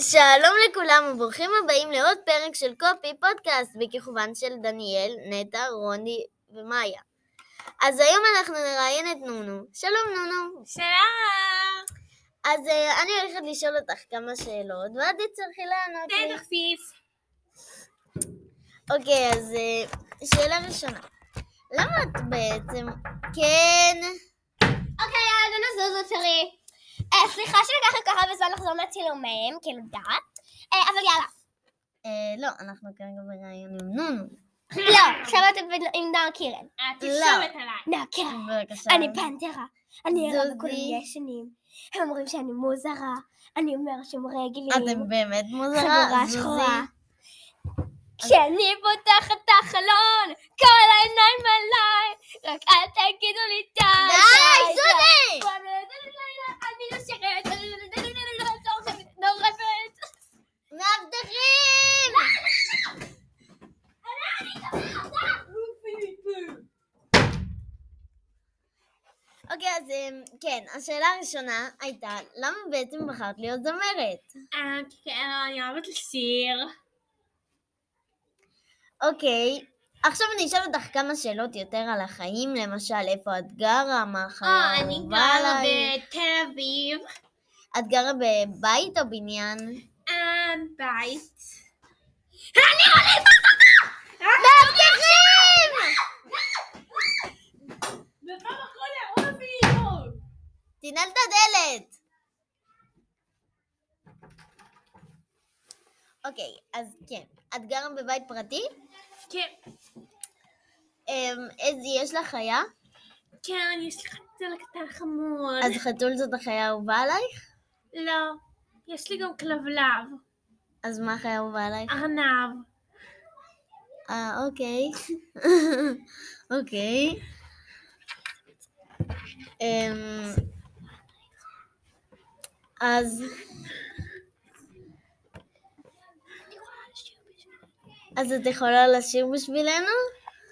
שלום לכולם וברוכים הבאים לעוד פרק של קופי פודקאסט בכיכובן של דניאל, נטע, רוני ומאיה. אז היום אנחנו נראיין את נונו. שלום נונו. שלום! אז אה, אני הולכת לשאול אותך כמה שאלות ואת תצטרכי לענות לי. בטח פיף. אוקיי, אז אה, שאלה ראשונה. למה את בעצם... כן... אוקיי, יאללה, נו זוזו שלי. אה, סליחה שלקח לי כל כך הרבה זמן לחזור מהצילומים, כי נודעת. אה, אבל יאללה. אה, לא, אנחנו כרגע בראיון עם נונו. לא, עכשיו את עם נועה קירן. אה, את תרשומת עליי. נועה קירן. בבקשה. אני פנתרה. אני ערה זוזי. וכולם ישנים. הם אומרים שאני מוזרה. אני אומר שהם רגלים. אתם באמת מוזרה, חבורה זוזי. שחורה. כשאני פותחת את החלון, כל העיניים עליי, רק אל תגידו לי די. די, זוזי! אני לא שרת, אני לא שרת, מאבטחים! אוקיי, אז אמ, כן, השאלה הראשונה הייתה, למה בעצם בחרת להיות זמרת? כן, אני אוהבת לשיר. אוקיי, עכשיו אני אשאל אותך כמה שאלות יותר על החיים, למשל, איפה את גרה, מה החיים אה, האהובה עלייך? בתל אביב. את גרה בבית או בניין? בית. מאבטחים! בפעם האחרונה, עוד פעם. תנעל את הדלת! אוקיי, אז כן, את גרה בבית פרטי? כן. אמ, איזה, יש לך חיה? כן, יש לי חתול קטן חמוד. אז חתול זאת החיה האהובה עלייך? לא, יש לי גם כלבלב, אז מה החיה האהובה עלייך? ארנב. אה, אוקיי. אוקיי. אמ, אז... אז את יכולה לשיר בשבילנו?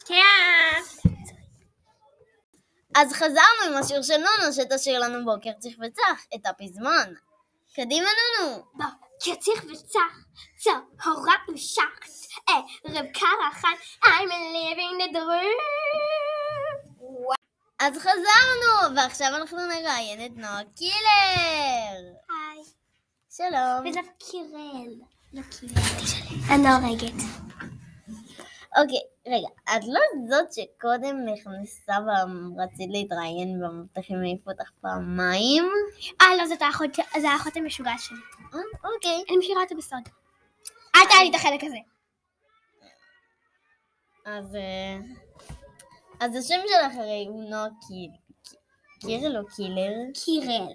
כן. אז חזרנו עם השיר של נונו שתשאיר לנו בוקר צחבצח, את הפזמון. קדימה נונו! בוא, קציר וצח, צהורה ושח, רבקה רחן, I'm living the dream. אז חזרנו, ועכשיו אנחנו נראיין את נועה קילר! היי, שלום. וזה קירל. לא קירל. אני לא הורגת. אוקיי, רגע, את לא זאת שקודם נכנסה ורצית להתראיין במבטחים העיפו אותך פעמיים? אה, לא, זאת האחות ש- זה האחות המשוגעת שלי. אה, אוקיי. אני משאירה אותה בסוד. אל תעלי את החלק הזה. אז... אה, אז השם שלך הרי הוא נועה קיל... ק- קירל או קילר? קירל.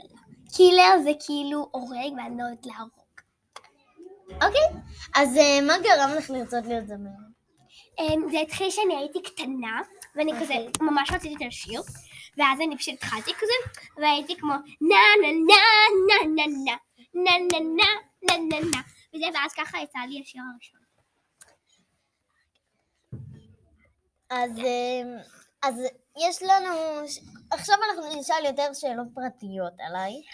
קילר זה כאילו הורג ואני לא יודעת להרוג. אוקיי. אז אה, מה גרם לך לרצות להיות זמרת? אמ, זה התחיל שאני הייתי קטנה, ואני כזה ממש רציתי לשיר, ואז אני פשוט התחלתי כזה, והייתי כמו נה נה נה נה נה נה נה נה נה נה נה נה וזה, ואז ככה יצא לי השיר הראשון. אז... אה, אז יש לנו... ש- עכשיו אנחנו נשאל יותר שאלות פרטיות עלייך,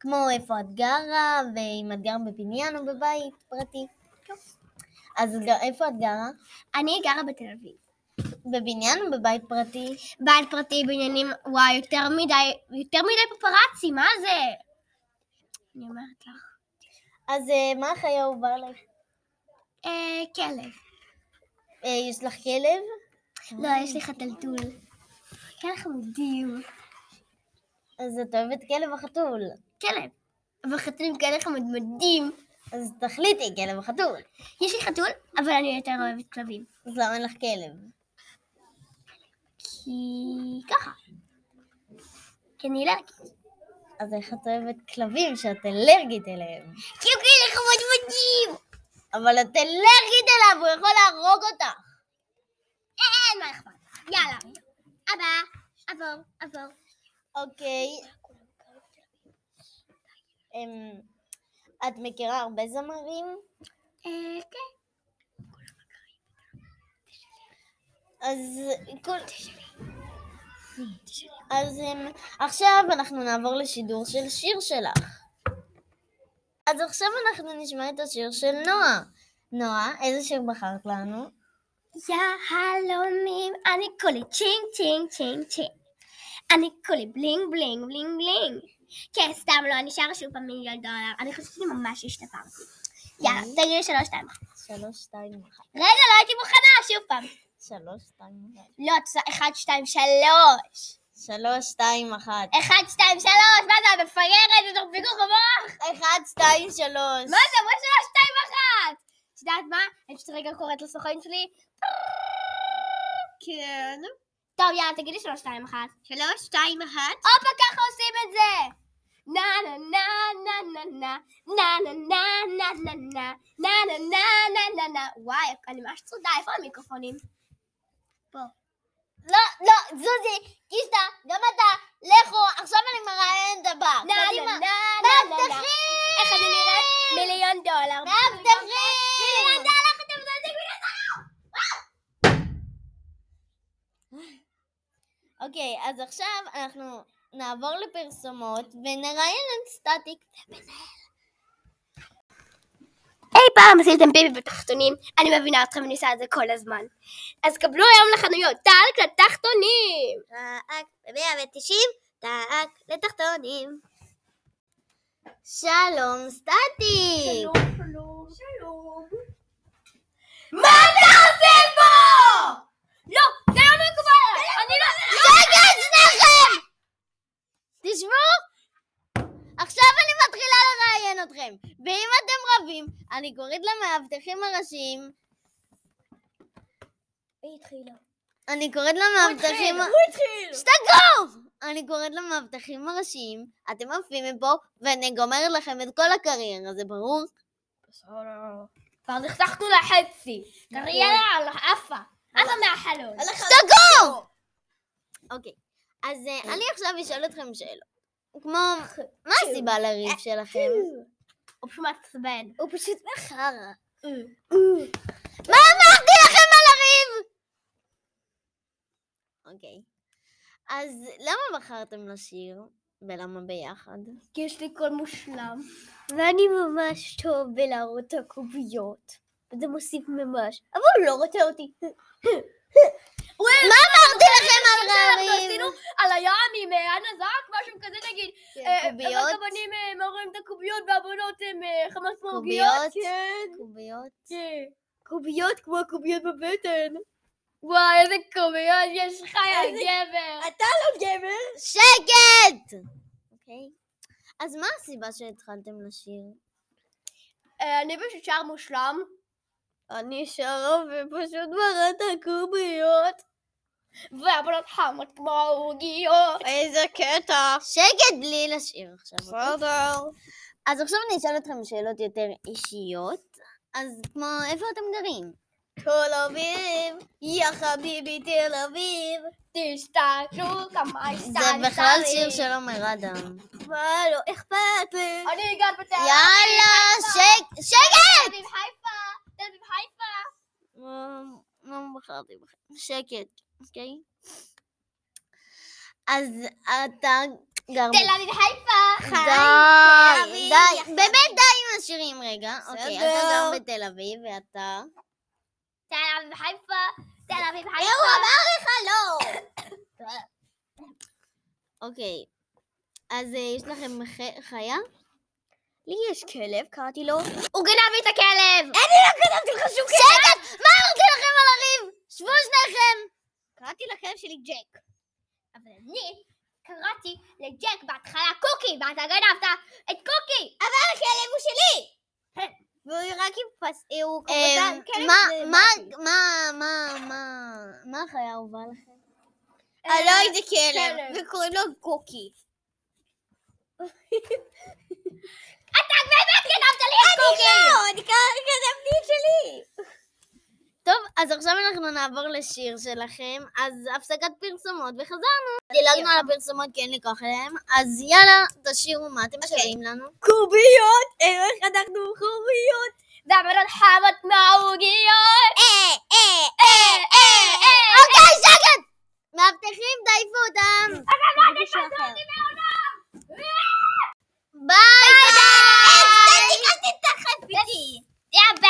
כמו איפה את גרה, ואם את גרה בבניין או בבית פרטי. אז את גר- איפה את גרה? אני גרה בתל אביב. בבניין או בבית פרטי? בית פרטי בעניינים, וואי, יותר מדי, יותר מדי פפראצי, מה זה? אני אומרת לך. אז אה, מה החיה האהובה עלייך? אה, כלב. אה, יש לך כלב? לא, יש לי חתלתול. כן חמודים. אז את אוהבת כלב החתול. כלב. וחתולים כאלה חמודמדים. אז תחליטי, כלב החתול. יש לי חתול, אבל אני יותר אוהבת כלבים. אז למה אין לך כלב? כי ככה. כי אני אלרגית. אז איך את אוהבת כלבים שאת אלרגית אליהם? כי הוא כאילו חמוד מדהים! אבל את אלרגית אליו, הוא יכול להרוג אותך. אין מה אכפת. יאללה. הבא. עבור, עבור. אוקיי. אמ, את מכירה הרבה זמרים? אה, כן. אז כל... אז אמ, עכשיו אנחנו נעבור לשידור של שיר שלך. אז עכשיו אנחנו נשמע את השיר של נועה. נועה, איזה שיר בחרת לנו? יהלומים, אני כולי צ'ינג צ'ינג צ'ינג צ'ינג. אני כולי בלינג בלינג בלינג בלינג. כן, סתם לא, אני שרה שוב פעם מיליון דולר. אני חושבת שאני ממש השתפרתי. יאללה, תגידי לי שלוש, שתיים, אחת. שלוש, שתיים, אחת. רגע, לא הייתי מוכנה, שוב פעם. שלוש, שתיים, אחת. לא, את עושה אחד, שתיים, שלוש. שלוש, שתיים, אחת. אחד, שתיים, שלוש, מה זה, את מפגרת, יש לך פיגור במוח? אחד, שתיים, שלוש. מה זה, מה שלוש, שתיים, אחת? את יודעת מה? אני פשוט רגע קוראת לסוכן שלי. כן. טוב, יאללה, תגידי שלוש, שתיים, אחת. שלוש, שתיים, אחת. הופה, ככה עושים את זה! נה נה נה נה נה נה נה נה נה נה נה נה נה נה נה נה נה וואי, אני ממש צרודה, איפה המיקרופונים? פה. לא, לא, זוזי, קישטה, גם אתה, לכו, עכשיו אני מראיינת הבא. לא נה נה קדימה. נה נה נה נה מאבטחים! איך אני נראית? מיליון דולר. מיליון מאבטחים! דולר, אתם מזלזלים מיליון דולר! אוקיי, אז עכשיו אנחנו נעבור לפרסומות ונראיין את סטטיק. אי פעם עשיתם ביבי בתחתונים, אני מבינה אתכם, אני עושה את זה כל הזמן. אז קבלו היום לחנויות, טלק לתחתונים! טעק ב-190, טעק לתחתונים. שלום, סטטיק! שלום, שלום. מה אתה עושה פה? לא, זה לא מקובל! אני לא... רגע, שניכם! תשמעו, עכשיו אני מתחילה לראיין אתכם, ואם אתם רבים, אני קוראת למאבטחים הראשיים, היא התחילה. אני קוראת למאבטחים... התחיל! שתקו! אני קוראת למאבטחים הראשיים, אתם עפים מפה, ואני גומרת לכם את כל הקריירה, זה ברור? כבר נחתכנו לחצי. קריירה על עפה. עפה מהחלון. שתקו! אוקיי, אז אה, כן. אני עכשיו אשאל אתכם שאלות. כמו, מה הסיבה אה, לריב שלכם? הוא פשוט מעצבן. הוא פשוט מחרא. אה. מה אמרתי לכם על הריב? אוקיי. אז למה בחרתם לשיר? ולמה ביחד? כי יש לי קול מושלם. ואני ממש טוב בלהראות את הקוביות. וזה מוסיף ממש. אבל הוא לא רוצה אותי. מה אמרתי לכם על רעמים? עשינו על הים עם אה, אנה זק, משהו כזה נגיד. כן, אה, אבל קוביות? גם אני אה, מעוררים את הקוביות והבנות הן אה, חמאס קוביות? מורגיות. כן. קוביות? כן. קוביות כמו הקוביות בבטן. וואי, איזה קוביות יש לך, יא גבר. אתה לא גבר. שקט! אוקיי. אז מה הסיבה שהתחלתם לשיר? אה, אני פשוט שער מושלם. אני שרה ופשוט מראה את הקוביות. והבנות חמות כמו עורגיות. איזה קטע. שקט בלי לשיר עכשיו. אוקיי? בסדר. אז עכשיו אני אשאל אתכם שאלות יותר אישיות. אז כמו, איפה אתם גרים? תל אביב. יא חביבי תל אביב. תשתעשו כמה זה הסתעשעי. בכלל שיר של עומר אדם. מה לא אכפת לי. אני גר בתל אביב. יאללה, שק... תל שקט! אביב חיפה. תל אביב חיפה. לא בחרתי בכם. שקט, אוקיי? אז אתה גר... תל אביב חיפה. די, אביב, די, יחד. באמת די עם השירים רגע. אוקיי, אתה בסדר. גר בתל אביב ואתה... תל אביב חיפה. תל אביב חיפה. לך לא! אוקיי, אז אה, יש לכם ח- חיה? לי יש כלב, קראתי לו. הוא גנב לי את הכלב! שקט! מה אמרתי לכם על הריב? שבו שניכם! קראתי לכלב שלי ג'ק. אבל אני קראתי לג'ק בהתחלה קוקי, ואתה גנבת את קוקי! אבל הכלב הוא שלי! והוא רק עם פס... הוא אה, קורבן. כלב מה, זה מה, משהו. מה, מה, מה, מה החיה האהובה לכם? אה, לא אה, הלא זה כלב, כלב. וקוראים לו קוקי. אתה באמת גנבת לי את קוקי! לא, אני כתבתי שלי. טוב, אז עכשיו אנחנו נעבור לשיר שלכם, אז הפסקת פרסומות וחזרנו. דילגנו על הפרסומות כי אין לי כוח אליהם, אז יאללה, תשאירו מה אתם שרים לנו. קוביות, איך אנחנו קוביות. והבנות חמות מהעוגיות! אוקיי, שקט! מאבטחים, תעיפו אותם! אמרתי kan